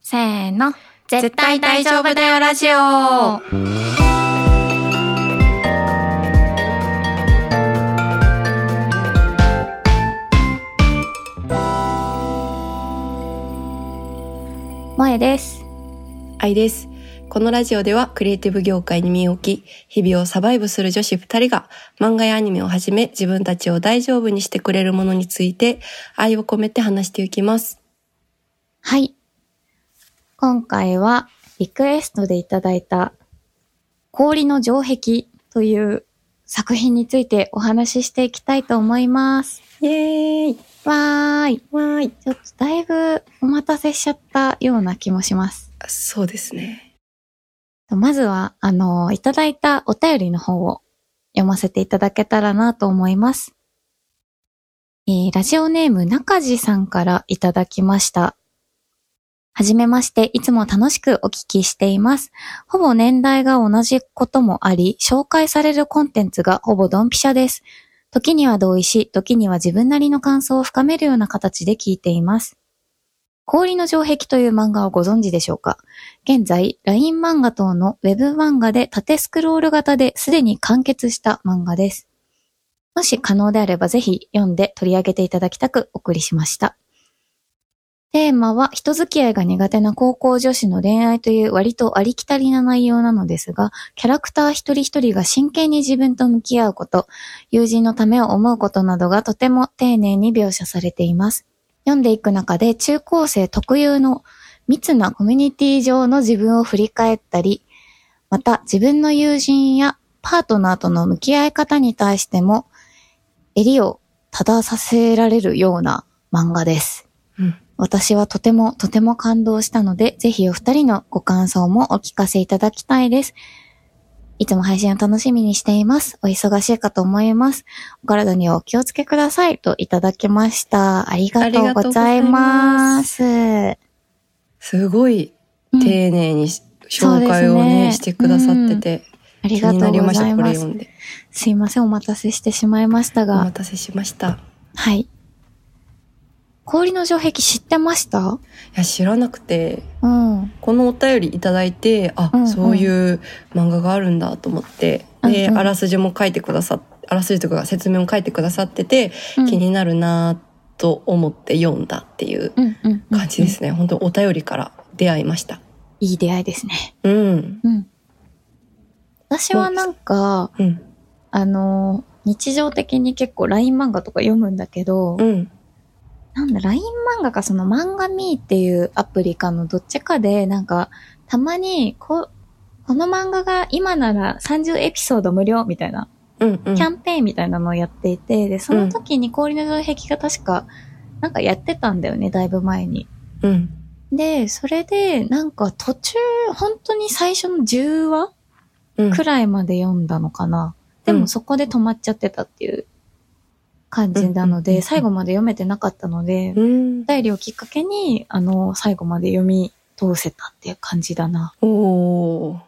せーの。絶対大丈夫だよラジオ。萌えです。愛です。このラジオではクリエイティブ業界に身を置き、日々をサバイブする女子二人が漫画やアニメをはじめ自分たちを大丈夫にしてくれるものについて愛を込めて話していきます。はい。今回はリクエストでいただいた氷の城壁という作品についてお話ししていきたいと思います。イエーイわーい。わーいちょっとだいぶお待たせしちゃったような気もします。そうですね。まずは、あの、いただいたお便りの方を読ませていただけたらなと思います。えーラジオネーム中地さんからいただきました。はじめまして、いつも楽しくお聞きしています。ほぼ年代が同じこともあり、紹介されるコンテンツがほぼドンピシャです。時には同意し、時には自分なりの感想を深めるような形で聞いています。氷の城壁という漫画をご存知でしょうか現在、LINE 漫画等の Web 漫画で縦スクロール型ですでに完結した漫画です。もし可能であればぜひ読んで取り上げていただきたくお送りしました。テーマは人付き合いが苦手な高校女子の恋愛という割とありきたりな内容なのですが、キャラクター一人一人が真剣に自分と向き合うこと、友人のためを思うことなどがとても丁寧に描写されています。読んでいく中で中高生特有の密なコミュニティ上の自分を振り返ったり、また自分の友人やパートナーとの向き合い方に対しても、襟を正させられるような漫画です。うん私はとてもとても感動したので、ぜひお二人のご感想もお聞かせいただきたいです。いつも配信を楽しみにしています。お忙しいかと思います。お体にはお気をつけください。といただきました。ありがとうございます。すごいうん丁寧にしそう紹ですね介をね、してくださってて、あり気がとにうござないりまましす。た、これ読んで。すいません、お待たせしてしまいましたおが。待たせしました。はい。氷の城壁知ってましたいや、知らなくて、うん。このお便りいただいてあ、うんうんそういう漫画があるんだと思ってで、うんうんあらすじも書いてくださっあらすじとか説明も書いてくださってて、うん気になるなと思って読んだっていううんうんうん感じで。すね、本当お便りから出会いましたいい出会いですね。うんうん。私はなんか、うんあの、日常的に結構 LINE 漫画とか読むんだけど、うんなんだ、LINE 漫画かその漫画ミーっていうアプリかのどっちかで、なんか、たまに、こ、この漫画が今なら30エピソード無料みたいなうんうんキャンペーンみたいなのをやっていて、で、その時に氷の城壁が確か、なんかやってたんだよね、だいぶ前に。うんで、それで、なんか途中、本当に最初の10話うんくらいまで読んだのかな。でもそこで止まっちゃってたっていう感じなのうんうんうんうで、ん最後まで読めてなかったので、うんお便りをきっかけに、あの、最後まで読み通せたっていう感じだな。おーあ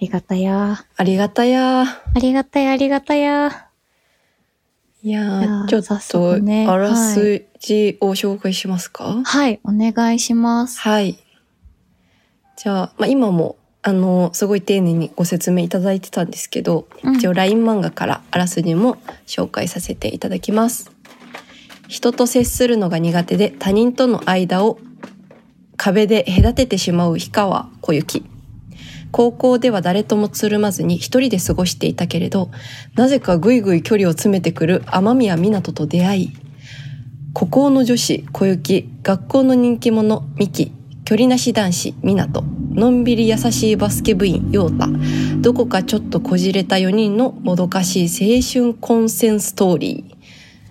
りがたや。ありがたやありがたや、ありがたや。いやーいやーちょ早っと、速ねあらすじを紹介しますかはい、お願いします。はい。じゃあ、まあ、今も、あの、すごい丁寧にご説明いただいてたんですけど、うん一応 LINE 漫画からあらすじも紹介させていただきます。人と接するのが苦手で他人との間を壁で隔ててしまう氷川小雪。高校では誰ともつるまずに一人で過ごしていたけれど、なぜかぐいぐい距離を詰めてくる雨宮湊と出会い、孤高の女子小雪学校の人気者ミキ距離なし男子湊のんびり優しいバスケ部員陽太どこかちょっとこじれた4人のもどかしい青春混戦ストーリ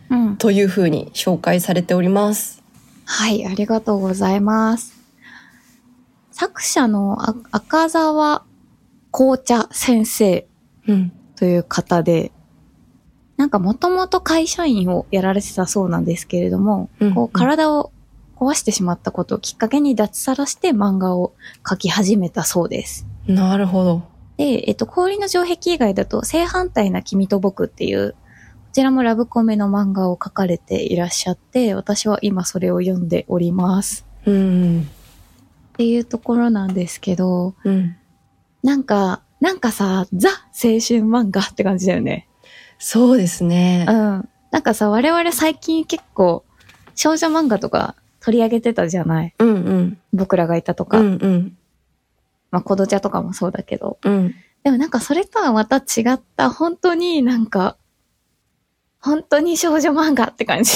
ーうん。という風に紹介されております。はい、ありがとうございます。作者のあ赤沢紅茶先生うん、という方で、なんかもともと会社員をやられてたそうなんですけれども、うんこう体を壊してしまったことをきっかけに脱サラして漫画を描き始めたそうです。なるほど。で、えっと、氷の城壁以外だと、正反対な君と僕っていう、こちらもラブコメの漫画を描かれていらっしゃって、私は今それを読んでおります。うん、っていうところなんですけど、うん。なんか、なんかさ、ザ青春漫画って感じだよね。そうですねう。ん。なんかさ、我々最近結構、少女漫画とか取り上げてたじゃないうんうん。僕らがいたとうか、んうん。まあ、コドチャとかもそうだけど。うん。でもなんかそれとはまた違った、本当になんか、本当に少女漫画って 感じ。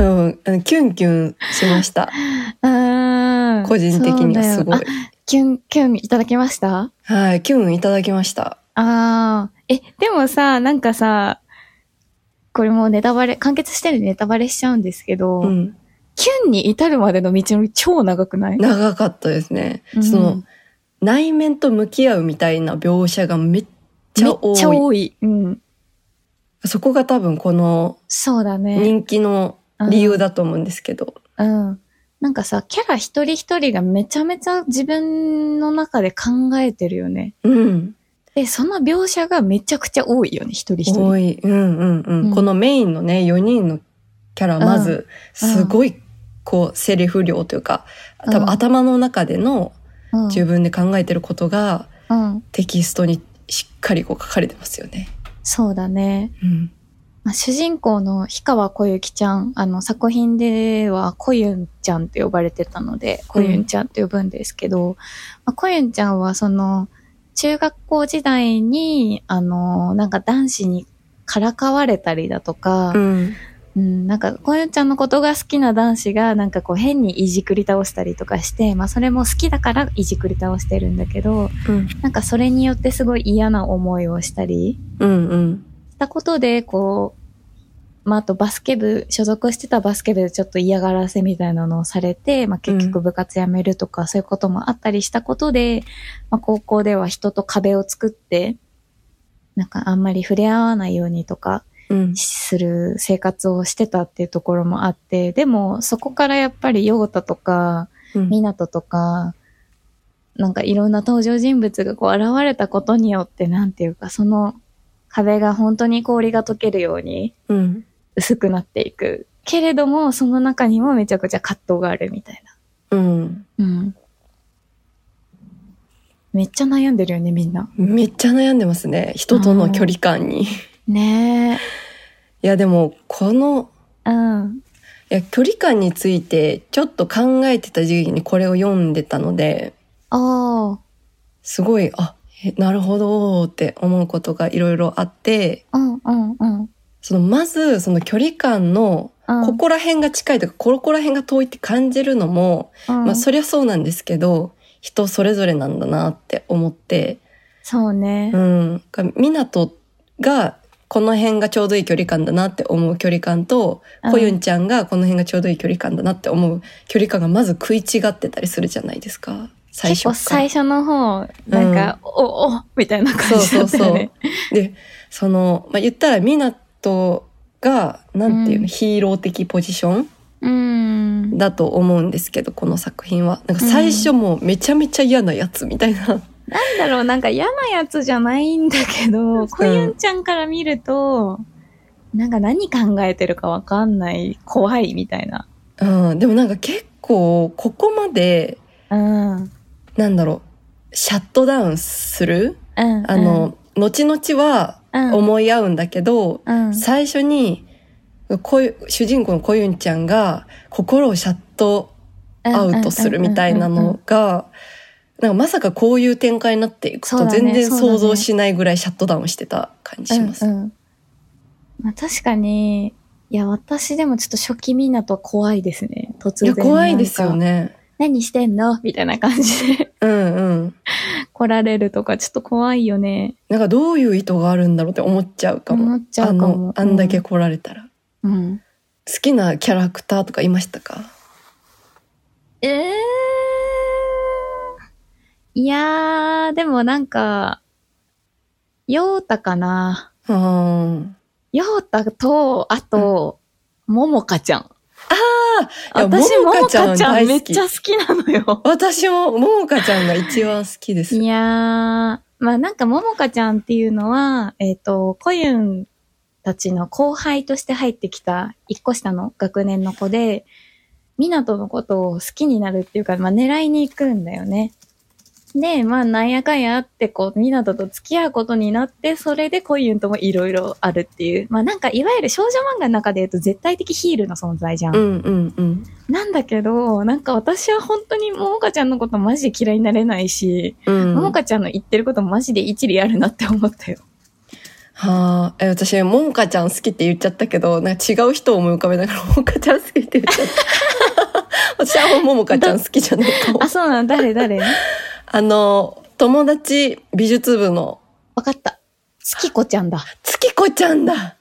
うんうん。キュンキュンしま した。うん。個人的にはすごそういだよ。あキュン、キュンいただきましたはい。キュンいただきました。ああ。え、でもさ、なんかさ、これもうネタバレ、完結してるんでネタバレしちゃうんですけど、うん。キュンに至るまでの道のり超長くない長かったですね。うんその、内面と向き合うみたいな描写がめっちめゃっ多ちゃい。多い。うん。そこが多分このそうだね。人気の理由だと思うんですけど。うん。なんかさ、キャラ一人一人がめちゃめちゃ自分の中で考えてるよね。うん。で、その描写がめちゃくちゃ多いよね、一人一人。多い。うんうんうん。うんこのメインのね、4人のキャラ、まず、うんすごい、こう、セリフ量というか、多うん分頭の中でのうん自分で考えてることが、うん。テキストにしっかりこう書かれてますよね。そうだね。うん。まあ、主人公の氷川小雪ちゃん、あの、作品では小ゆんちゃんって呼ばれてたので、小ゆんちゃんって呼ぶんですけど、まあ、小ゆんちゃんはその、中学校時代に、あの、なんか男子にからかわれたりだとか、うん。うん、なんか、こうゆんちゃんのことが好きな男子が、なんかこう変にいじくり倒したりとかして、まあそれも好きだからいじくり倒してるんだけど、うん。なんかそれによってすごい嫌な思いをしたりうんうん。したことで、こう、まああとバスケ部、所属してたバスケ部でちょっと嫌がらせみたいなのをされて、まあ結局部活辞めるとかそういうこともあったりしたことで、まあ高校では人と壁を作って、なんかあんまり触れ合わないようにとか、うん。する生活をしてたっていうところもあって、でもそこからやっぱりヨータとか、うんミナトとか、なんかいろんな登場人物がこう現れたことによって、なんていうか、その壁が本当に氷が溶けるようにうん。薄くなっていく。けれども、その中にもめちゃくちゃ葛藤があるみたいうん。な。うん。めっちゃ悩んでるよね、みんな。めっちゃ悩んでますね。人との距離感に。いねや、でも、この、え。うん。いや、距離感について、ちょっと考えてた時期にこれを読んでたので、おー。すごい、あ、えなるほどーって思うことがいろいろあって、うんうんうん。そのまずその距離感のうんここら辺が近いとか、ここら辺が遠いって感じるのも、うんまあそりゃそうなんですけど、人それぞれなんだなって思って、そうねう。ん、か港がこの辺がちょうどいい距離感だなって思う距離感と、うんこゆんちゃんがこの辺がちょうどいい距離感だなって思う距離感がまず食い違ってたりするじゃないですか。最結初か構ら。最初の方、なんか、お、お、みたいな感じだったよね。で、その、まあ、言ったら、ミナトが、なんていうの、うんヒーロー的ポジションうーん。だと思うんですけど、この作品は。なんか最初もうめちゃめちゃ嫌なやつみたいな。なんだろう、なんか嫌なやつじゃないんだけど、こゆんちゃんから見ると、なんか何考えてるかわかんない、怖いみたいな。うん、でもなんか結構、ここまで、うん。うん。なんだろう、シャットダウンするうんあの、後々はうん、思い合うんだけど、うん。最初に、こゆ主人公のこゆんちゃんが心をシャットアウトするみたいなのが、なんかまさかこういう展開になっていくそうとだね全然そうだね想像しないぐらいシャットダウンしてた感じします。うんうんまあ確かに、いや、私でもちょっと初期みんなとは怖いですね。突い然。や、怖いですよ。ね。何してんのみたいな感じでうんうん。来られるとか、ちょっと怖いよね。なんかどういう意図があるんだろうって思っちゃうかも。思っちゃうかもあの、あんだけ来られたら。うん。好きなキャラクターとかいましたかええー。いやー、でもなんか、ヨータかな。あーヨータと、あと、ももかちゃん。あいや私、ももももかちゃかんちゃんめっ大好きちゃ好きなのよ。私も、ももかちゃんが一番好きです。いやー、まあなんかももかちゃんっていうのは、えっ、と、コユンたちの後輩として入ってきた一個下の学年の子で、ミナトのことを好きになるっていうか、まあ、狙いに行くんだよね。で、まあ、なんやかんやあって、こう、ミナトと付き合うことになって、それでコイユンともいろいろあるっていう。まあ、なんか、いわゆる少女漫画の中で言うと絶対的ヒールの存在じゃん。うんうんうん。なんだけど、なんか私は本当にももかちゃんのことマジで嫌いになれないし、うん、ももかちゃんの言ってることマジで一理あるなって思ったよ。はあ、え、私、もんかちゃん好きって言っちゃったけど、なんか違う人を思い浮かべながら、 もんかちゃん好きって言っちゃった。 私はももかちゃん好きじゃないかも あ、。そうなの誰誰あの、友達美術部の わかった。月子ちゃんだ。月子ちゃんだ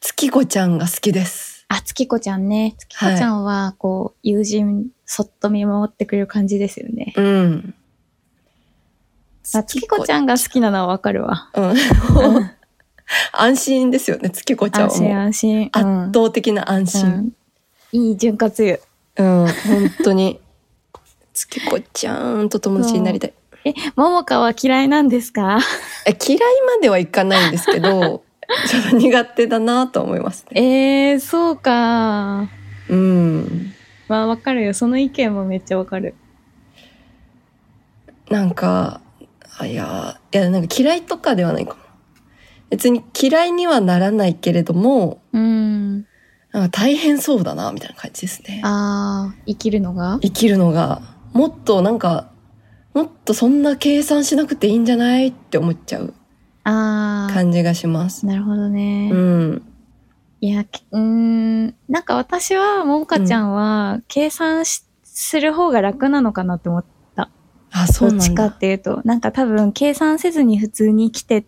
月子ちゃんが好きです。あ、月子ちゃんね。月子ちゃんは、こう、友人、そっと見守ってくれる感じですよね。うん。あ月子ちゃんが好きなのはわかるわ。うん。 安心ですよね、月子ちゃん安はも心う。安心。圧うん倒的な安心。うんいい潤滑油。うん、本当に。月子ちゃんと友達になりたい。え、ももかは嫌いなんですかえ嫌いまではいかないんですけ どちょっと苦手だなと思いますね。えー、そうか。うん、まあ、わかるよ。その意見もめっちゃわかる。なんかあいやいやなんか嫌いとかではないかも。別に嫌いにはならないけれどもうん。なんか大変そうだなみたいな感じですね。あー、生きるのが生きるのがもっとなんかもっとそんな計算しなくていいんじゃないって思っちゃうあー、感じがします。なるほどね。うん、いや、きうーん、なんか私は、ももかちゃんは、計算し、する方が楽なのかなって思って、あそうどっなちんかだっ。ていうと、なんか多分、計算せずに普通に生きて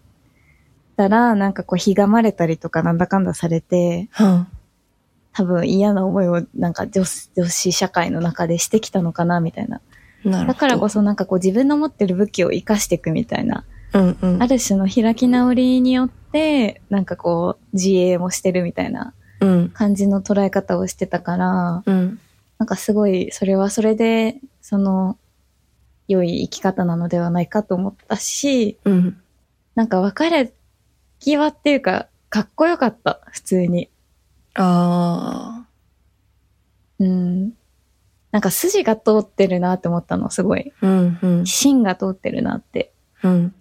たら、なんかこう、ひがまれたりとか、なんだかんだされて、うん多分嫌な思いを、なんか女子、女子社会の中でしてきたのかな、みたいな。なるだほどからこそ、なんかこう、自分の持ってる武器を活かしていくみたいな。うんうんある種の開き直りによって、なんかこう、自衛もしてるみたいなうん感じの捉え方をしてたから、うんなんかすごい、それはそれで、その、良い生き方なのではないかと思ったし、うんなんか別れ際っていうか、かっこよかった、普通に。あうん。なんか筋が通ってるなって思ったの、すごい。あ、うんうん芯が通ってるなって。うん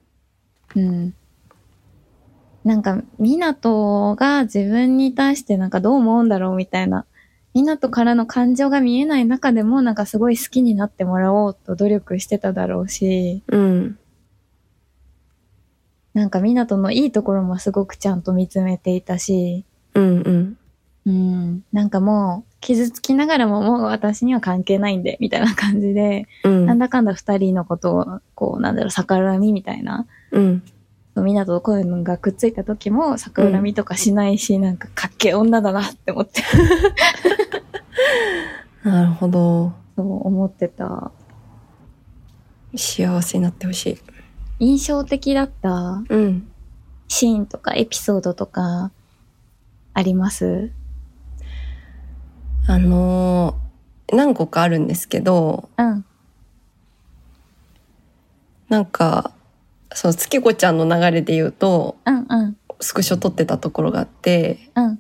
うん。なんか、みなとが自分に対してなんかどう思うんだろうみたいな、みなとからの感情が見えない中でもなんかすごい好きになってもらおうと努力してただろうし、うんなんかみなとのいいところもすごくちゃんと見つめていたし、うんうんうん、なんかもう傷つきながらももう私には関係ないんで、みたいな感じで、うんなんだかんだ二人のことを、こう、なんだろう、逆恨みみたいなうんみなとこういうのがくっついた時も逆恨みとかしないし、なんかかっけえ女だなって思って、 なるほどそう思ってた。幸せになってほしい印象的だったうんシーンとかエピソードとかありますあのー何個かあるんですけどうん。なんかその月子ちゃんの流れで言うとうんうん。スクショ撮ってたところがあってうん。うん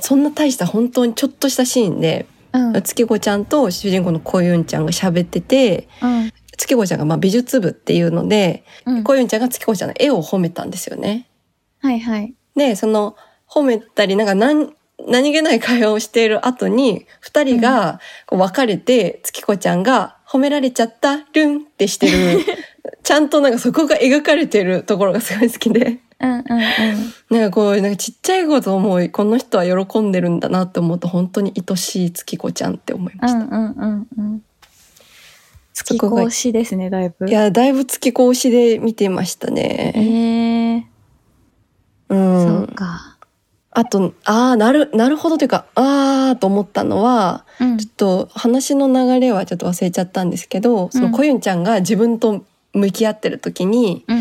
そんな大した本当にちょっとしたシーンで、うん。月子ちゃんと主人公のコユンちゃんが喋っててうん。月子ちゃんがまあ美術部っていうので、うん。コユンちゃんが月子ちゃんの絵を褒めたんですよね。はいはい。で、その、褒めたり、なんか何、何気ない会話をしている後に、二人がこう別れて、月子ちゃんが褒められちゃった、ルンってし てる、ちゃんとなんかそこが描かれてるところがすごい好 きで、うんうんうん。なんかこう、なんかちっちゃいことを思い、この人は喜んでるんだなって思うと、本当に愛しい月子ちゃんって思いまうした。んうんうんうん。そ月こが講師ですね、だいぶ。いや、だいぶ月子推しで見てましたえね。ー、う。そうんか。あと、ああ、なる、なるほどというか、ああ、と思ったのは、うんちょっと話の流れはちょっと忘れちゃったんですけど、そのこゆんちゃんが自分と向き合ってる時に、うん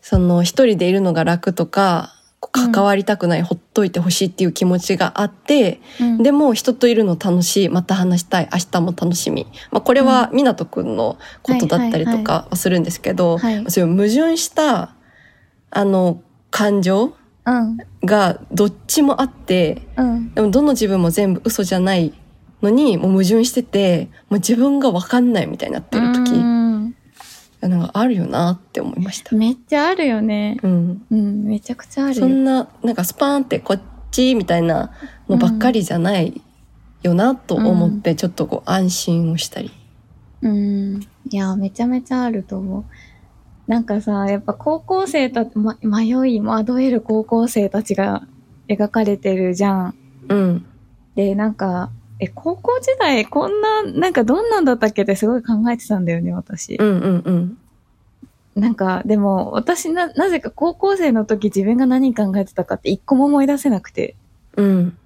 その一人でいるのが楽とか、こう関わりたくない、ほっといてほしいっていう気持ちがあって、うん。うん、でも人といるの楽しい、また話したい、明日も楽しみ。まあこれはみなとくんのことだったりとかはするんですけど、はい。そういう矛盾した、あの、感情うん。がどっちもあって、うん。でもどの自分も全部嘘じゃないのに、もう矛盾してて、もう自分がわかんないみたいになってる時、うんなんかあるよなって思いました。めっちゃあるよね。うん。うん、めちゃくちゃあるそよ。んな、なんかスパーンってこっちみたいなのばっかりじゃないよなと思って、ちょっとこう安心をしたり。うん。いや、めちゃめちゃあると思う。なんかさ、やっぱ高校生たち、ま、迷いも惑える高校生たちが描かれてるじゃん。うん。で、なんか、え、高校時代こんな、なんかどんなんだったっけってすごい考えてたんだよね、私。うんうんうん。なんか、でも、私な、なぜか高校生の時自分が何考えてたかって一個も思い出せなくて。うん。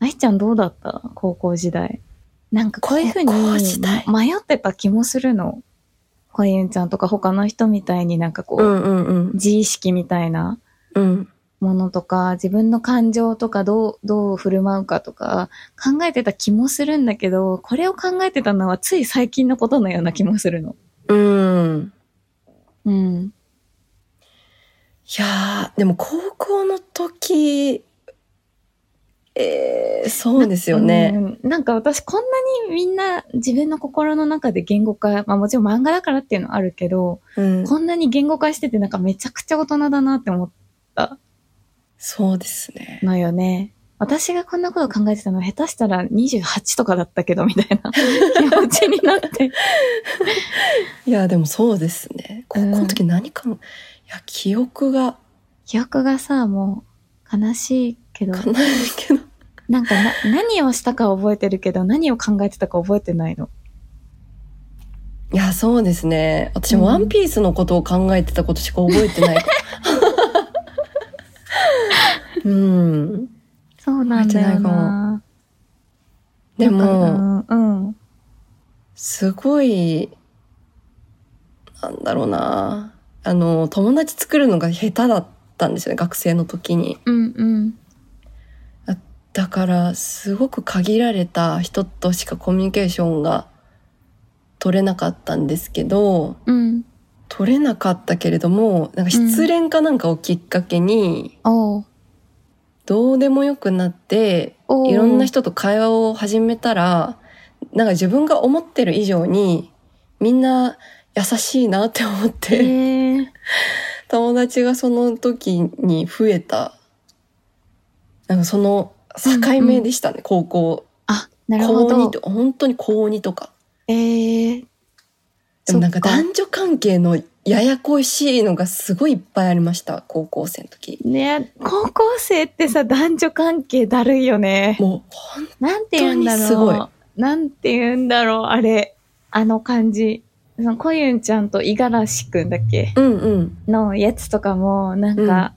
愛ちゃんどうだった高校時代。なんかこういうふうに高校時代迷ってた気もするの。こゆんちゃんとか他の人みたいになんかこう、うんうんうん。自意識みたいなうん。ものとか、自分の感情とかどう、どう振る舞うかとか、考えてた気もするんだけど、これを考えてたのはつい最近のことのような気もするの。うん。うん。いやー、でも高校の時、えー、そうですよね。うんなんか私こんなにみんな自分の心の中で言語化、まあもちろん漫画だからっていうのはあるけど、うん。こんなに言語化しててなんかめちゃくちゃ大人だなって思っそうですねた。のよね。私がこんなこと考えてたの下手したら28とかだったけどみたいな気持ちにな って。いやー、でもそうですね。高校の時何かも、いや、記憶が記憶がさ、もう悲しいけど、かないけど、なんかな何をしたかは覚えてるけど何を考えてたか覚えてないの。いや、そうですね。私うんもワンピースのことを考えてたことしか覚えて ない。うん。そうなんだよな。でも、なんか、うん。うんすごい、なんだろうな。あの、友達作るのが下手だったんですよね、学生の時に。うんうん。だから、すごく限られた人としかコミュニケーションが取れなかったんですけど、うん。取れなかったけれども、なんか失恋かなんかをきっかけに、おうどうでもよくなって、おういろんな人と会話を始めたら、なんか自分が思ってる以上に、みんな優しいなって思って、へー友達がその時に増えた、なんかその境目でしたね、高校。あ、なる高ほど。2と、本当に高2とか。えー、でもなんかそっか男女関係のややこしいのがすごいいっぱいありました、高校生の時。ね高校生ってさ、男女関係だるいよね。もうほん、なんて言うんだろう。本当にすなんて言うんだろう、あれ。あの感じ。その、こゆんちゃんと五十嵐くんだっけうんうん。のやつとかも、なんか、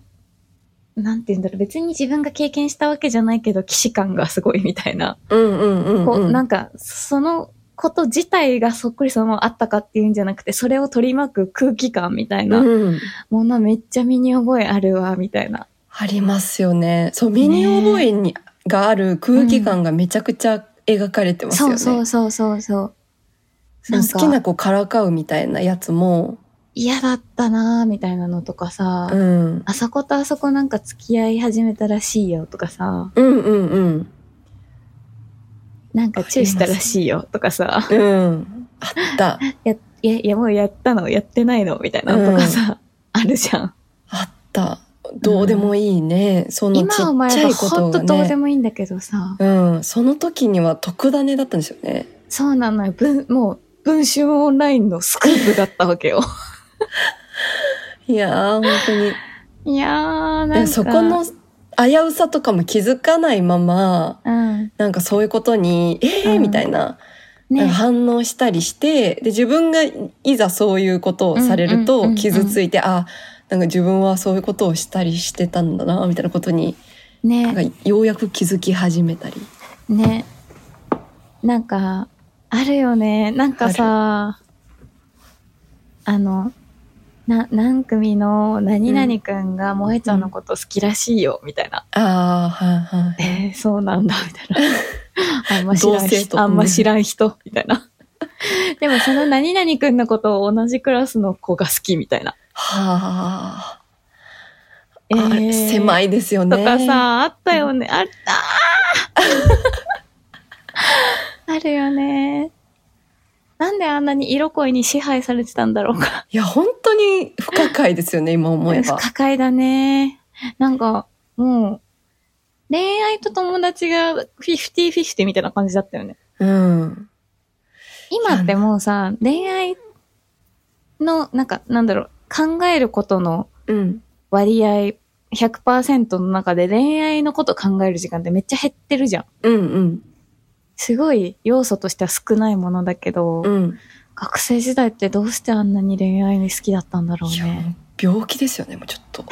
なんて言うんだろう。別に自分が経験したわけじゃないけど、騎士感がすごいみたいな。うんうんうん、うん。こう、なんか、そのこと自体がそっくりそのままあったかっていうんじゃなくて、それを取り巻く空気感みたいなうん。ものめっちゃ身に覚えあるわ、みたいな。ありますよね。そう、身に覚えに、がある空気感がめちゃくちゃ描かれてますよそね。うそうそうそうそう。その好きな子からかうみたいなやつも、嫌だったなーみたいなのとかさ、うん。あそことあそこなんか付き合い始めたらしいよとかさ、うんうんうん。なんかチューしたらしいよとかさ、うん。あった。や、いや、いやもうやったのやってないのみたいなのとかさ、あるじゃん。あった。どうでもいいね。そのちっ今思ちえゃばいこほとんとどがうでね。もいいんだけどさ、うん。その時には特ダネだったんですよね。そうなのよ。文、もう、文春オンラインのスクープだったわけよ。いやー、本当に。 いやー、なんでか。そこの、危うさとかも気づかないまま、うん。なんかそういうことに、えーうんみたいな、なんかね。反応したりして、で、自分がいざそういうことをされるうんうんうんうとん傷ついて、あ、なんか自分はそういうことをしたりしてたんだな、みたいなことに、ね。なんかようやく気づき始めたり。ね。なんか、あるよね。なんかさ、あの、な、何組の何々くんが萌えちゃんのこと好きらしいよ、みたいな。ああ、はいはい。えー、そうなんだ、みた いな。あんま知らん同性と人、あんま知らん人、みたいな。 でもその何々くんのことを同じクラスの子が好き、みたいな。はあ、えあれ狭い、いですよね。とかさ、あったよね。あったあ るよね。なんであんなに色恋に支配されてたんだろうか。いや、本当に不可解ですよね、今思えば。不可解だね。なんか、もう、恋愛と友達がフィフティフィフティみたいな感じだったよね。うん。今ってもうさ、恋愛の、なんか、なんだろう、考えることのうん。割合100%の中で恋愛のこと考える時間ってめっちゃ減ってるじゃん。うんうん。すごい要素としては少ないものだけど、うん。学生時代ってどうしてあんなに恋愛に好きだったんだろういや、ね。もう病気ですよね、もうちょっと。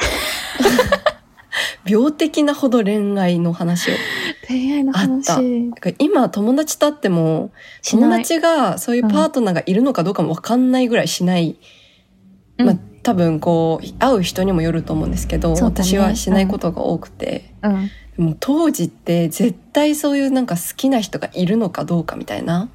病的なほど恋愛の話を。恋愛のあった話。だから今、友達と会っても、し友ない達がそういうパートナーがいるのかどうかもわかんないぐらいしない。うんまあ、多分こう、会う人にもよると思うんですけど、そうだね私はしないことが多くて。うん。もう当時って絶対そういうなんか好きな人がいるのかどうかみたいな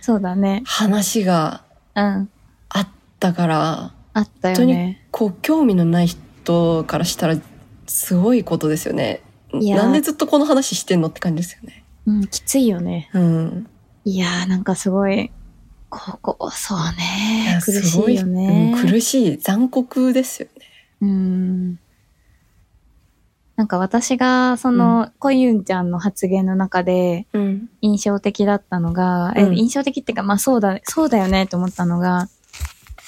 そうだね。話がうん。あったから、あったよ本当ねに。こう興味のない人からしたらすごいことですよね。いやーなんでずっとこの話してんのって感じですよね。うん、きついよね。うん。いやー、なんかすごい、高校、そういねや。苦しいよね。すごいうん苦しい。残酷ですよね。うん。なんか私が、その、こゆんちゃんの発言の中でうん。印象的だったのが、えうん印象的っていうか、まあそうだ、そうだよねと思ったのが、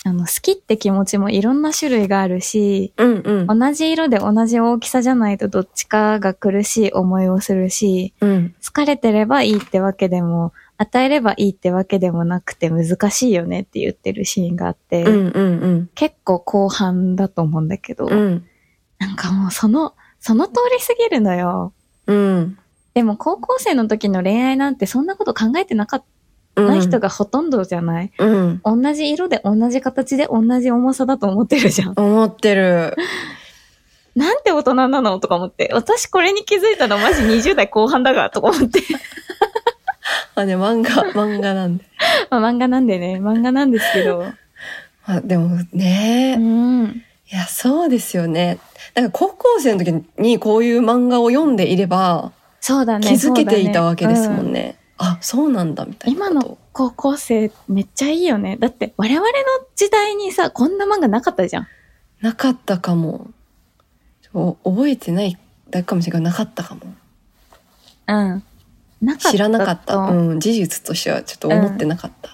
あの、好きって気持ちもいろんな種類があるし、うんうん。同じ色で同じ大きさじゃないとどっちかが苦しい思いをするし、うん。疲れてればいいってわけでも、与えればいいってわけでもなくて難しいよねって言ってるシーンがあって、うんうんうん。結構後半だと思うんだけど、うん。なんかもうその、その通りすぎるのよ。うん。でも高校生の時の恋愛なんてそんなこと考えてなかっうん。ない人がほとんどじゃない、うん。同じ色で同じ形で同じ重さだと思ってるじゃん。思ってる。なんて大人なのとか思って。私これに気づいたのマジ20代後半だが、とか思って。 あ、ね、漫画、 漫画なんで。まあ漫画なんでね、漫画なんですけど。あ、でもね、うん。いや、そうですよね。なんか高校生の時にこういう漫画を読んでいればそうだね。気づけていたわけですもそうだんね。あ、そうなんだみたい今なこと。の高校生めっちゃいいよね。だって我々の時代にさ、こんな漫画なかったじゃん。なかったかも。お覚えてないだけかもしれないけどなかったかも。うん。なかったと。知らなかった。うん、事実としてはちょっと思ってなかった。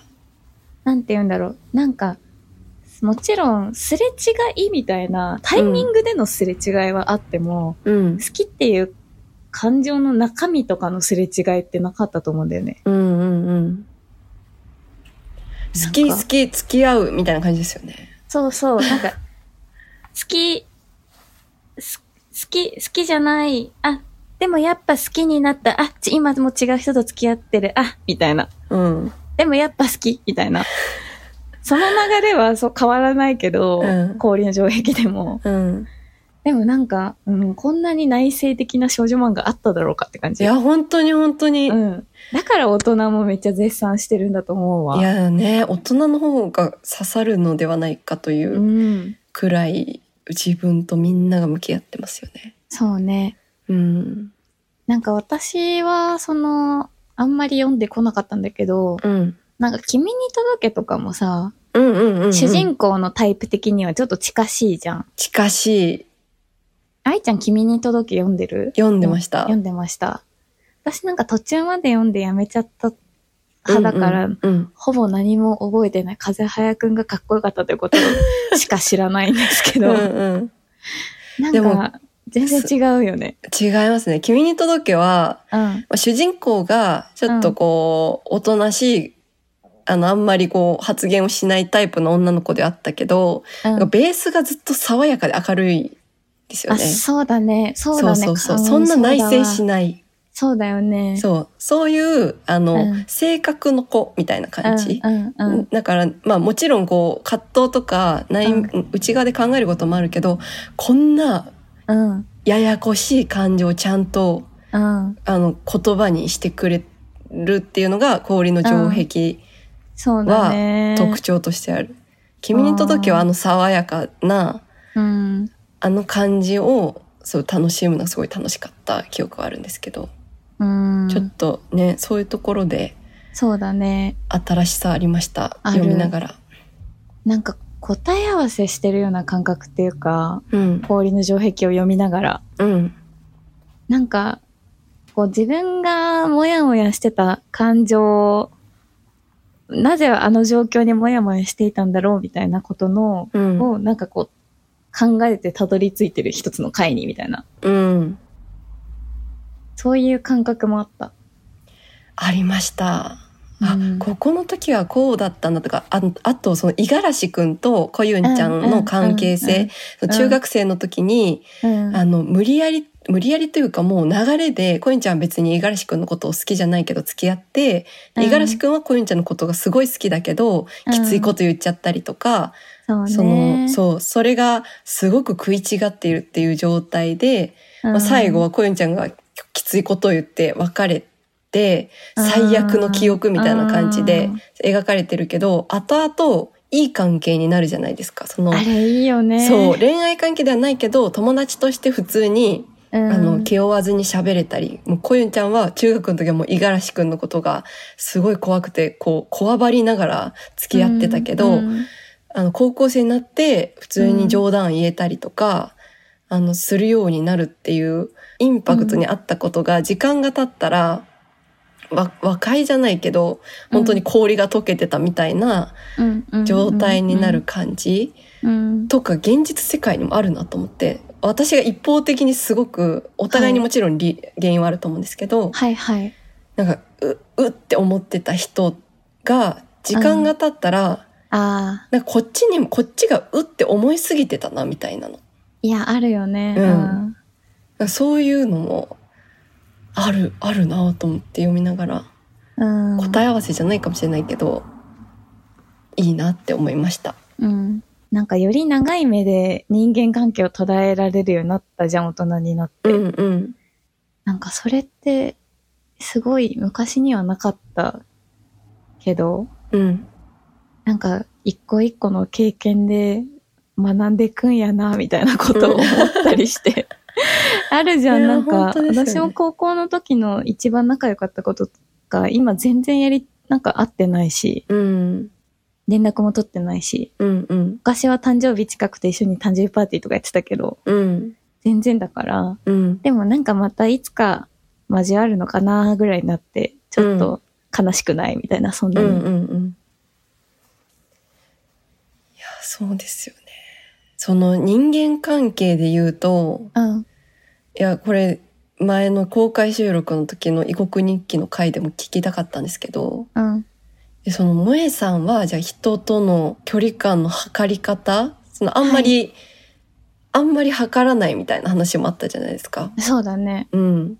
なんて言うんだろう。なんか、もちろん、すれ違いみたいな、タイミングでのすれ違いはあっても、うん好。きっていう感情の中身とかのすれ違いってなかったと思うんだよね。うんうんうん。好きなん好かき付き合うみたいな感じですよね。そう そう、なんか、好き、す好き、好きじゃない、あ、でもやっぱ好きになった、あ、ち今も違う人と付き合ってる、あ、みたいな。うん。でもやっぱ好き、みたいな。その流れはそう変わらないけど、うん氷の城壁でも。うん。でもなんか、うん、こんなに内省的な少女漫画あっただろうかって感いじ。や、本当に本当に。うん。だから大人もめっちゃ絶賛してるんだと思うわ。。いやね、大人の方が刺さるのではないかといううんくらい自分とみんなが向き合ってますよね。そうね。うん。なんか私は、その、あんまり読んでこなかったんだけど、うん。なんか君に届けとかもさ、うんうんうん、主人公のタイプ的にはちょっと近しいじゃん。近しい。愛ちゃん君に届け読んでる読んでました。読んでました。私なんか途中まで読んでやめちゃった派だから、うんうんうんほぼ何も覚えてない。風早くんがかっこよかったということ しか知らないんですけど、うんうんなんでかも全然違うよね。違いますね。君に届けは、うん。まあ主人公がちょっとこう、おとなしい、あの、あんまりこう、発言をしないタイプの女の子であったけど、うんなんかベースがずっと爽やかで明るいですよあ、ね。そうだね。そうだね。そうそうそう。かそんな内省しそうだわない。そうだよね。そう、そういう、あの、うん性格の子みたいな感じ。うんうんうん。だから、まあもちろんこう、葛藤とか、内、う内側で考えることもあるけど、こんなうん。ややこしい感情をちゃんと、うん。あの、言葉にしてくれるっていうのが、氷の城壁、そうだね。特徴としてある。君に届けはあの爽やかな、うん。あの感じを、そう楽しむのがすごい楽しかった記憶はあるんですけど、うん。ちょっとね、そういうところで、そうだね。新しさありました。ある読みながら。なんか答え合わせしてるような感覚っていうか、うん。氷の城壁を読みながら。うん。なんか、こう自分がモヤモヤしてた感情を、なぜあの状況にモヤモヤしていたんだろうみたいなことの、うん。をなんかこう、考えてたどり着いてる一つの回にみたいな。うん。そういう感覚もあった。ありました。あ、うんここの時はこうだったんだとか、ああと、その、五十嵐くんと小ゆんちゃんの関係性、うんうん中学生の時に、うん。あの、無理やり、無理やりというかもう流れで、コユンちゃんは別に五十嵐くんのことを好きじゃないけど付き合って、うん五十嵐くんはコユンちゃんのことがすごい好きだけど、うんきついこと言っちゃったりとか、そうね。その、そう、それがすごく食い違っているっていう状態で、うんまあ、最後はコユンちゃんがきついことを言って別れて、最悪の記憶みたいな感じで描かれてるけど、後々いい関係になるじゃないですか。そのあ、れいいよね。そう、恋愛関係ではないけど、友達として普通にうん。あの、気負わずに喋れたり、もう、こゆんちゃんは中学の時はもう、五十嵐くんのことが、すごい怖くて、こう、こわばりながら付き合ってたけど、うんうんあの、高校生になって、普通に冗談言えたりとか、あの、するようになるっていう、インパクトにあったことが、時間が経ったら、わ、和解じゃないけど、本当に氷が溶けてたみたいなうんうん状態になる感じ。うんとか現実世界にもあるなと思って私が一方的にすごくお互いにもちろん理、原因はあると思うんですけどはいはい。なんかううって思ってた人が時間が経ったら、ああ、なんかこっちにもこっちがうって思いすぎてたなみたいなのなんいや、あるよね。うんかそういうのもあるあるなと思って読みながらうん。うん。答え合わせじゃないかもしれないけど、いいなって思いました。うん。なんかより長い目で人間関係を捉えられるようになったじゃん、大人になって。うんうんなんかそれって、すごい昔にはなかったけど、うんなんか一個一個の経験で学んでいくんやな、みたいなことを思ったりして。 あるじゃいん、やなんか、本当ですよね私も高校の時の一番仲良かったことが、今全然やり、なんか会ってないし、うん連絡も取ってないし、うんうん昔は誕生日近くて一緒に誕生日パーティーとかやってたけど、うん全然だから、うんでもなんかまたいつか交わるのかなぐらいになって、ちょっと悲しくないみたいな、そんなうに。んうんうん。いや、そうですよね。その人間関係で言うと、うん。いや、これ、前の公開収録の時の異国日記の回でも聞きたかったんですけど、うん。でその萌えさんは、じゃあ人との距離感の測り方そのあんまり、あんまり測らないみたいな話もあったじゃないですか。そうだね。うん。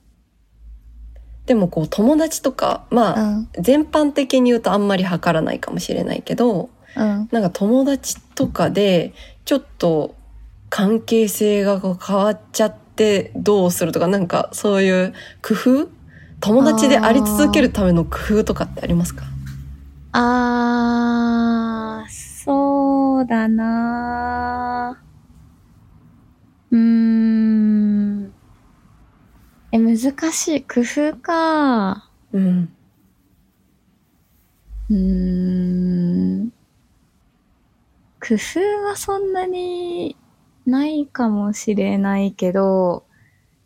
でもこう友達とか、うまあ、ん。全般的に言うとあんまり測らないかもしれないけど、うん。なんか友達とかで、ちょっと関係性がこう変わっちゃってどうするとか、なんかそういう工夫友達であり続けるための工夫とかってありますかあー、そうだなーうーん。え、難しい。工夫かうん。うーん。工夫はそんなにないかもしれないけど、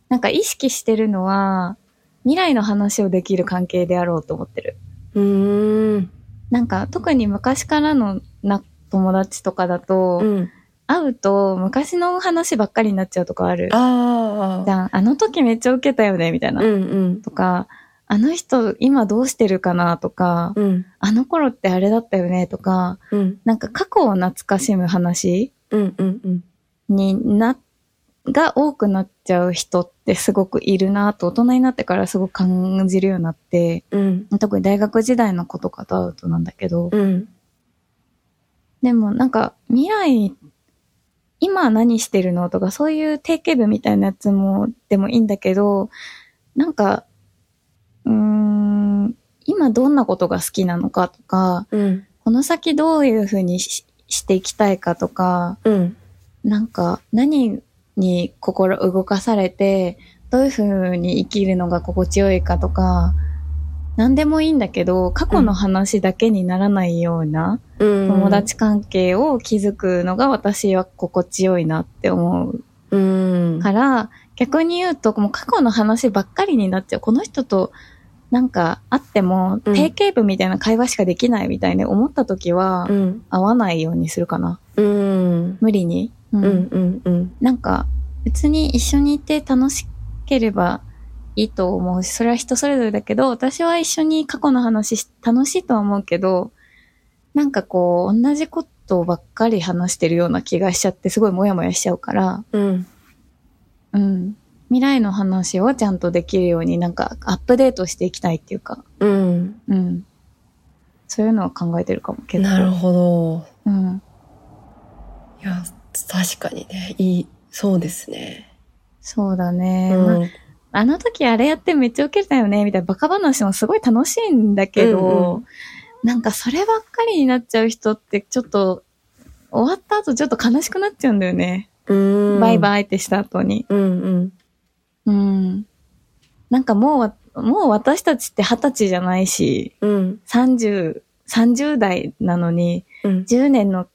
なんか意識してるのは、未来の話をできる関係であろうと思ってる。うーん。なんか特に昔からのな友達とかだと、うん。会うと昔の話ばっかりになっちゃうとかある。あじあ。ゃんあの時めっちゃ受けたよねみたいな。うんうん。とか、あの人今どうしてるかなとか、うん。あの頃ってあれだったよねとか、うん。なんか過去を懐かしむ話うんうんうん。にな、が多くなっちゃう人ってすごくいるなと大人になってからすごく感じるようになって、うん。特に大学時代の子とかと会うとなんだけど、うん。でもなんか未来、今何してるのとかそういう定型文みたいなやつもでもいいんだけど、なんか、うーん、今どんなことが好きなのかとか、うん。この先どういうふうにししていきたいかとか、うん。なんか何に心動かされて、どういうふうに生きるのが心地よいかとか、何でもいいんだけど、過去の話だけにならないようなうん友達関係を築くのが私は心地よいなって思ううんから、逆に言うと、もう過去の話ばっかりになっちゃう。この人となんか会っても、うん定型文みたいな会話しかできないみたいに思った時はう、ん会わないようにするかな。うん無理に。ううんんうんなんか、別に一緒にいて楽しければいいと思うし、それは人それぞれだけど、私は一緒に過去の話し楽しいとは思うけど、なんかこう、同じことばっかり話してるような気がしちゃって、すごいモヤモヤしちゃうから、うんうん。未来の話をちゃんとできるように、なんかアップデートしていきたいっていうか、うんうん。そういうのは考えてるかもけど。なるほどうん。いや確かにねいいそうですね、そうだね。まあうんあの時あれやってめっちゃウケたよね、みたいなバカ話もすごい楽しいんだけど、うんうなんかそればっかりになっちゃう人ってちょっと、終わった後ちょっと悲しくなっちゃうんだよね。うんバイバイってした後に。うんううんん。なんかもうわ、もう私たちって二十歳じゃないし、うん30、30代なのに、うん10年の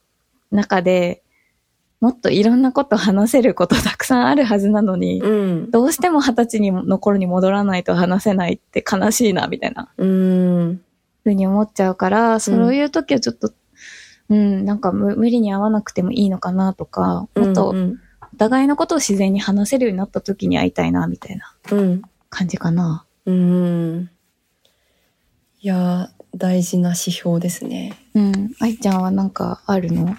中でもっといろんなこと話せることたくさんあるはずなのに、うんどうしても二十歳にの頃に戻らないと話せないって悲しいな、みたいなうんふうに思っちゃうから、そういう時はちょっと、うん、なんか無無理に会わなくてもいいのかなとか、もっうとんお互いのことを自然に話せるようになった時に会いたいな、みたいなうん感じかな。うんいや大事な指標ですねうん。愛ちゃんはなんかあるの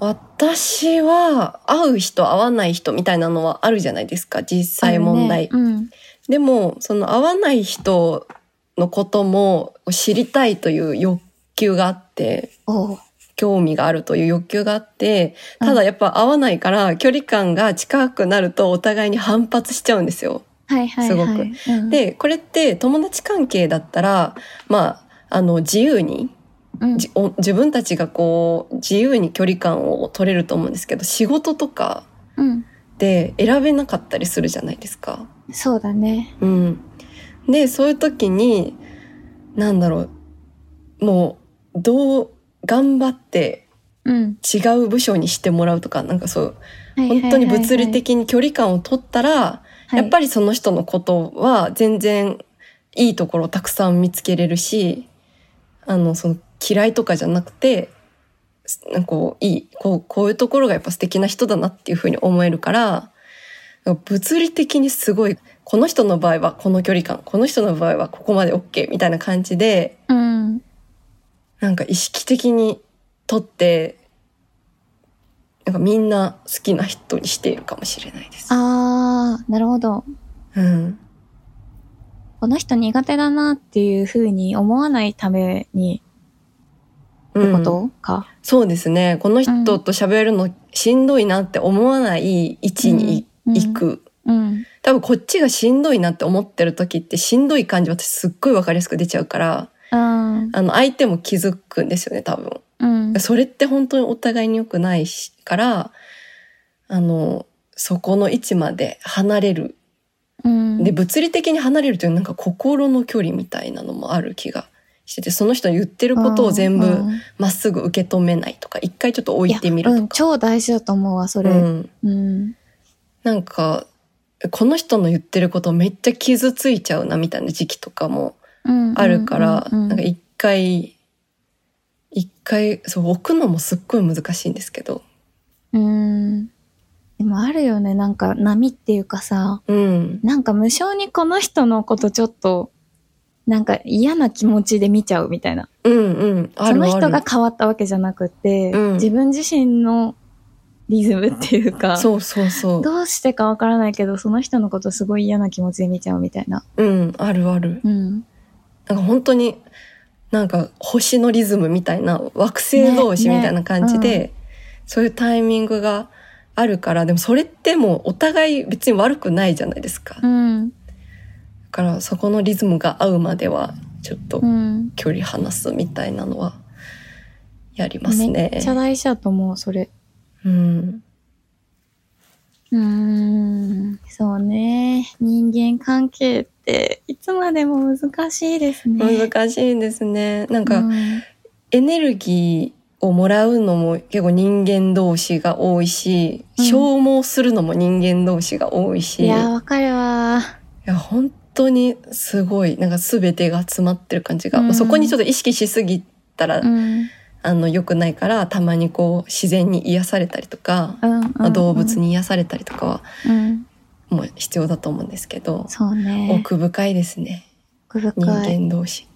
私は会う人会わない人みたいなのはあるじゃないですか実際問題、あるねでもその会わない人のことも知りたいという欲求があってうん。おう興味があるという欲求があってうんただやっぱ会わないから距離感が近くなるとお互いに反発しちゃうんですよ。はいはいはい。すごくく、でこれって友達関係だったらまああの自由にうん、じお自分たちがこう自由に距離感を取れると思うんですけど仕事とかうん。で選べなかったりするじゃないですか。そうだね。うん、でそういう時になんだろうもうどう頑張ってうん。違う部署にしてもらうとかなんかそうはいはいはいはい本当に物理、的に距離感を取ったら、やっぱりその人のことは全然いいところをたくさん見つけれるしあのその嫌いとかじゃなくてすなんかこういいこうこういうところがやっぱ素敵な人だなっていうふうに思えるから物理的にすごいこの人の場合はこの距離感この人の場合はここまで OK みたいな感じでり。うん。なんか意識的にとってなんかみんな好きな人にしているかもしれないです。あー、なるほど。うん、この人苦手だなっていうふうに思わないためにっうてんことか。そうですね。この人と喋るのしんどいなって思わない位置にうん行く。うん。多分こっちがしんどいなって思ってる時ってしんどい感じ私すっごいわかりやすく出ちゃうから、うん。あの相手も気づくんですよね、多分。うん。それって本当にお互いに良くないし、から、あの、そこの位置まで離れる。うんで、物理的に離れるというなんか心の距離みたいなのもある気がしてて、その人の言ってることを全う部んまっすぐ受け止めないとか、一回ちょっと置いてみるやとうかん。。超大事だと思うわ、それ。ううん。ん、なんかこの人の言ってることめっちゃ傷ついちゃうなみたいな時期とかもうんあるから、うんうんなんか一回一回そう置くのもすっごい難しいんですけどうん。でもあるよね、なんか波っていうかさ、うんなんか無性にこの人のことちょっと、なんか嫌な気持ちで見ちゃうみたいな。うんうんあそるのある人が変わったわけじゃなくて、うん自分自身のリズムっていうか、そうそうそうどうしてかわからないけど、その人のことすごい嫌な気持ちで見ちゃうみたいな。うんあるあるうん。なんか本当になんか星のリズムみたいな惑星同士みたいな感じで、ねそういうタイミングがあるからでもそれってもうお互い別に悪くないじゃないですか、うん。だからそこのリズムが合うまではちょっとうん。距離離すみたいなのはやりますね。めっちゃ大事だと思う、それ。うん、うーん。そうね。人間関係っって、いつまでも難しいですね。難しいんですね。なんか、うんエネルギーをもらうのも結構人間同士が多いし、うん消耗するのも人間同士が多いし、いいやー、やわかるわ本当にすごい、なんか全てが詰まってる感じが、うんそこにちょっと意識しすぎたら、ー。うん。あの良くないから、たまにこう自然に癒されたりとか、うんうん、うん。動物に癒されたりとかはうん。もう必要だと思うんですけど、そうね。奥深いですね、奥人深い。間同士。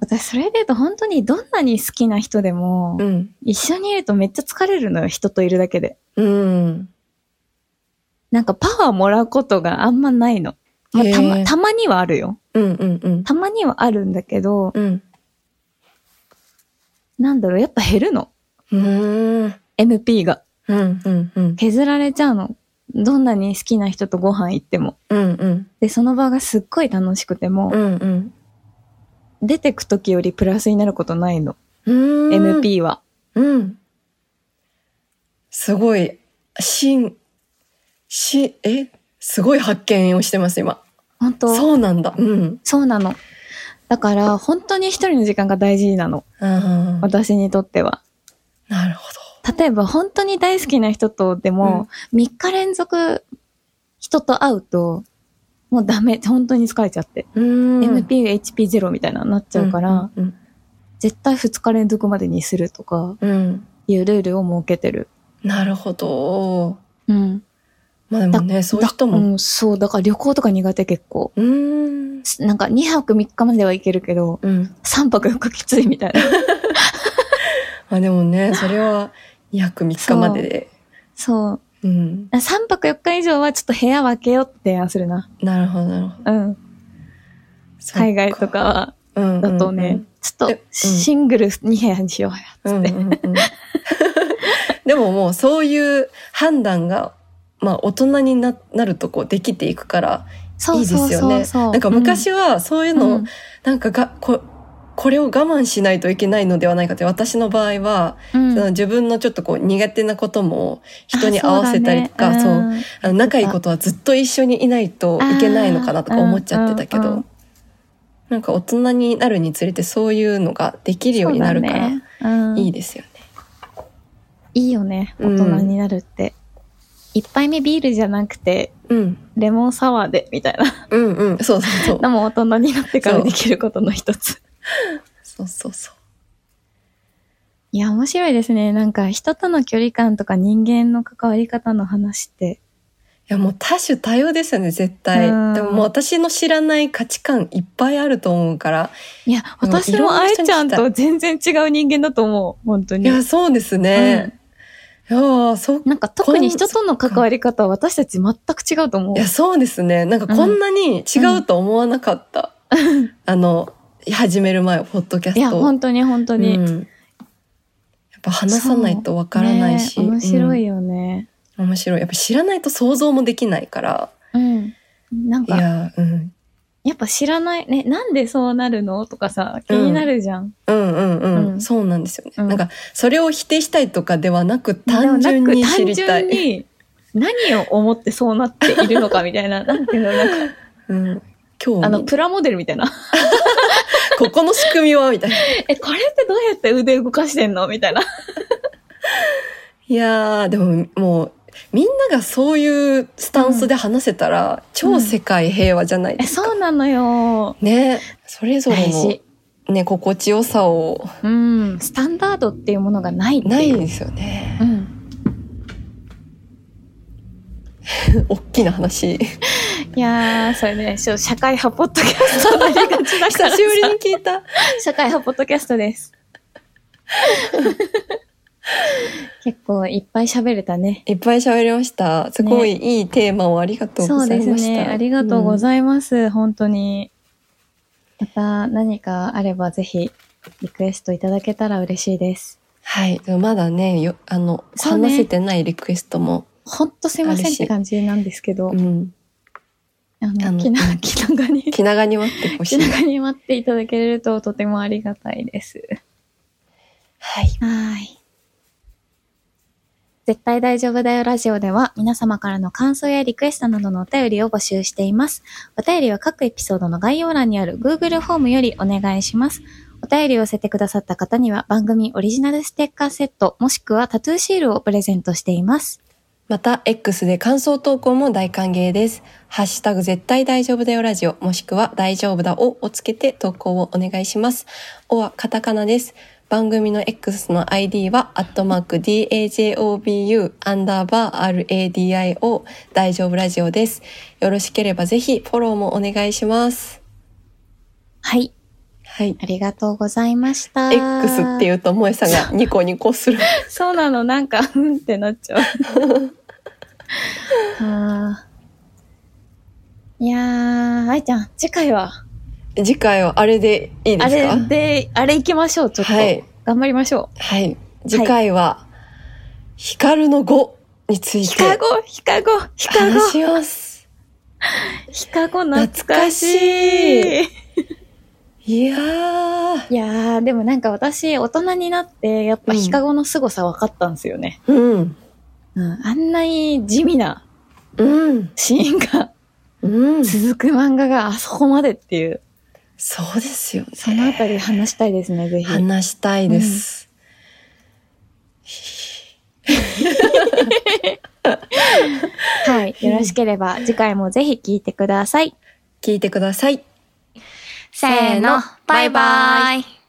私、それで言うと本当にどんなに好きな人でも、うん。一緒にいるとめっちゃ疲れるのよ、人といるだけで。うん。なんかパワーもらうことがあんまないの。まあへーたまたまにはあるよ。うんうんうん。たまにはあるんだけど、うん。なんだろう、やっぱ減るの。うん。 MP が。うんうんうん。削られちゃうの。どんなに好きな人とご飯行っても。うんうん。で、その場がすっごい楽しくてもう、んうん。出てく時よりプラスになることないの。うん。 MP は。うん。すごい、しん、し、えすごい発見をしてます、今。本当そうそうなんだ。うん。なの。だから、本当に一人の時間が大事なの。ああ。私にとっては。なるほ例えば、本当に大好きな人とでも、3日連続人と会うと、もうダメ。本当に疲れちゃって。ど。うん。 MP が HP ゼロみたいなのになっちゃうから、。うん。絶対2日連続までにするとかうん。いうルールを設けてる。なるほど。うん。まあでもね、そういうだ人も。うん、そう、だから旅行とか苦手結構。うん。すなんか2泊3日までは行けるけど、うん。 3泊4日きついみたいな。 まあでもね、それは約3日までで。そう。うん。 3泊4日以上はちょっと部屋分けようって提案するな。なるほど、なるほど。うん。海外とかは、うんだとね、。ちょっえうとんシングル2部屋にしようや、うんつうっんて。うんうん でももうそういう判断が、まあ大人にななるとこうできていくから、そいういでそうすよそねうそう。なんか昔はそういうの、うんなんかが、ここれを我慢しないといけないのではないかって、私の場合は、うんその自分のちょっとこう苦手なことも人にあ合わせたりとか、そう,、だねあの仲いいことはずっと一緒にいないといけないのかなとか思っちゃってたけあーうんうんうどん、なんか大人になるにつれてそういうのができるようになるから、そうだねうんいいですよね。いいよね、う大ん人になるって。一杯目ビールじゃなくて、うん。レモンサワーで、みたいな。うんうん。そうそうそう。でも大人になってかそらうできることの一つ。そうそうそう。いや、面白いですね。なんか人との距離感とか人間の関わり方の話って。いやもう多種多様ですよね、絶対。うんでももう私の知らない価値観いっぱいあると思うから。いや、うん私もあえちゃんと全然違う人間だと思う。本当いに。や、そうですね。いやーそう、いなんか特に人との関わり方は私たち全く違うと思う。や、そうですね。なんかこんなに違うと思わなかった。あの、始める前、ポッドキャストいや、を本当に本当に。うんやっぱ話さないとわからないし、ね面白いうんよね。面白いやっぱ知らないと想像もできないからうん。なんいか、やや、うん、っぱ知らない、ね、なんでそうなるのとかさ、気になるじゃん。うんうんうん、うんそうなんですよね、うんなんかそれを否定したいとかではなくでも単な純くに知りた単純い、に何を思ってそうなっているのかみたい な、なんていうの、なんか、うん、今日あの、プラモデルみたいな。 ここの仕組みはみたいなえ、これってどうやって腕動かしてんのみた いな。いやーでももうみんながそういうスタンスで話せたら、超世界平和じゃないえ、ですか、そうなのよ。ねそれぞれ大の事。ね心地よさをうん。スタンダードっていうものがないっていうないんですよねう、ん。大き な話いやー、それね、しょ社会派ポッドキャストになりがちだからさ久しぶりに聞いた。社会派ポッドキャストです。 結構いっぱい喋れたね。いっぱい喋りました。すごいいいテーマをありがとうそごうざでいすました。ね。ありがとうごいざいます。本当に。また何かあればぜひリクエストいただけたら嬉しいです。ます。はい。でもまだね、よあの、そうね話せてないリクエストも。ほんとすいませんって感じなんですけど、うん。ああの、の気長 気長に、気長に待ってほし気い。長に待っていただけるととてもありがたいです。はい。はい。絶対大丈夫だよラジオでは皆様からの感想やリクエストなどのお便りを募集しています。お便りは各エピソードの概要欄にある Google フォームよりお願いします。お便りを寄せてくださった方には番組オリジナルステッカーセットもしくはタトゥーシールをプレゼントしています。また X で感想投稿も大歓迎です。ハッシュタグ絶対大丈夫だよラジオもしくは大丈夫だををつけて投稿をお願いします。おはカタカナです。番組の X の ID は、アットマーク DAJOBU アンダーバー RADIO 大丈夫ラジオです。よろしければぜひフォローもお願いします。はい。はい。ありがとうございました。 X っていうと、萌えさんがニコニコする。そうなの、なんか、うんってなっちゃう。 あーいやー、愛ちゃん、次回は、次回はあれでいいであすかれで、あれ行きましょう、ちょっと。はい。頑張りましょう。はい。次回は、ヒカルの語についヒカてゴ、ヒカゴ、ヒカゴ話、します。ヒカゴ懐懐かかししい。いいやー。いやー、でもなんか私、大人になって、やっぱヒカゴの凄さ分かったんですよね。うん。うん。あんなに地味なうん。シーンがうん。続く漫画があそこまでっていう。そうですよね。そのあたり話したいですね、ぜひ。話したいです。はい。よろしければ次回もぜひ聞いてください。聞いてください。せーのバイバイ。